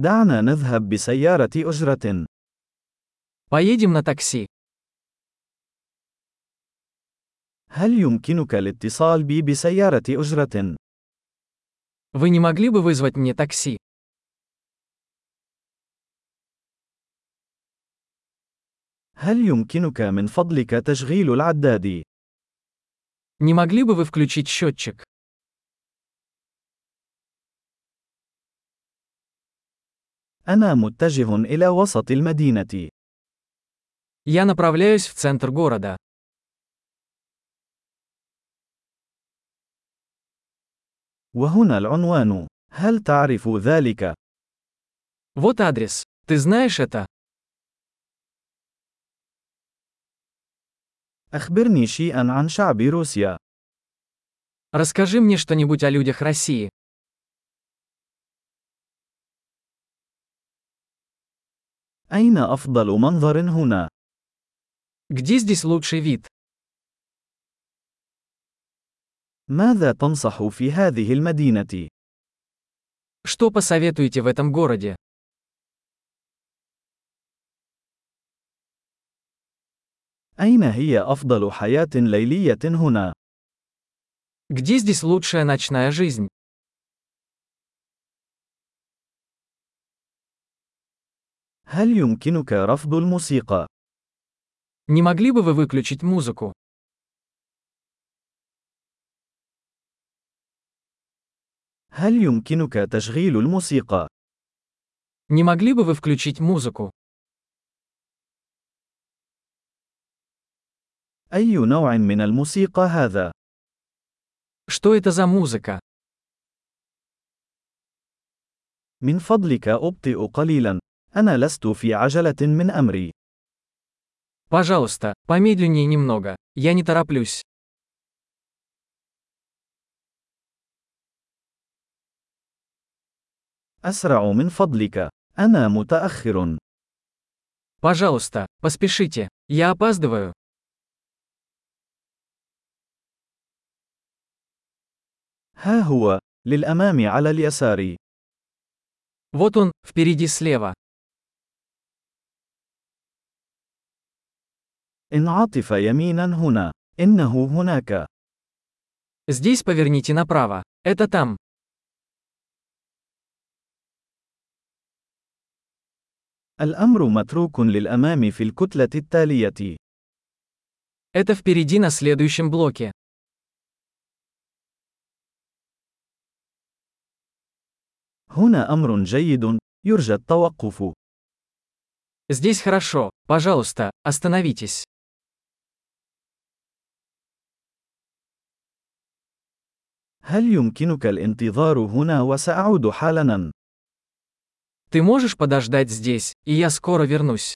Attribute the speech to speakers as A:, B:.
A: دعنا نذهب بسيارة أجرة.
B: Поедем на такси.
A: هل يمكنك الاتصال بي بسيارة أجرة؟
B: Вы не могли бы вызвать мне такси?
A: هل يمكنك من فضلك تشغيل العداد؟
B: Не могли бы вы включить счетчик?
A: أنا متجه إلى وسط المدينة.
B: Я направляюсь в центр города.
A: وهنا العنوان. هل تعرف ذلك؟
B: Вот адрес. Ты знаешь это?
A: أخبرني شيئا عن شعب روسيا.
B: Расскажи мне что-нибудь о людях России.
A: أين أفضل منظر هنا؟
B: Где здесь лучший вид?
A: ماذا تنصح في هذه المدينة؟
B: Что посоветуете в этом городе?
A: أين هي أفضل حياة ليلية هنا؟
B: Где здесь лучшая ночная жизнь?
A: هل يمكنك رفض الموسيقى؟
B: Не могли бы вы выключить музыку?
A: هل يمكنك تشغيل الموسيقى؟
B: Не могли бы вы включить музыку?
A: أي نوع من الموسيقى هذا؟
B: Что это за музыка?
A: من فضلك أبطئ قليلا. أنا لست في عجلة من أمري.
B: Пожалуйста, помедленнее немного. Я не тороплюсь.
A: أسرع من فضلك. أنا متأخر.
B: Пожалуйста, поспешите. Я опаздываю.
A: ها هو. للأمام على اليسار.
B: Вот он, впереди слева.
A: انعطف يمينا هنا. إنه هناك.
B: Здесь поверните направо. Это там.
A: الأمر متروك للأمام في الكتلة التالية.
B: Это впереди на следующем блоке.
A: هنا أمر جيد. يرجى التوقف.
B: Здесь хорошо. Пожалуйста, остановитесь.
A: هل يمكنك الانتظار هنا وسأعود حالاً؟
B: Ты можешь подождать здесь, и я скоро вернусь.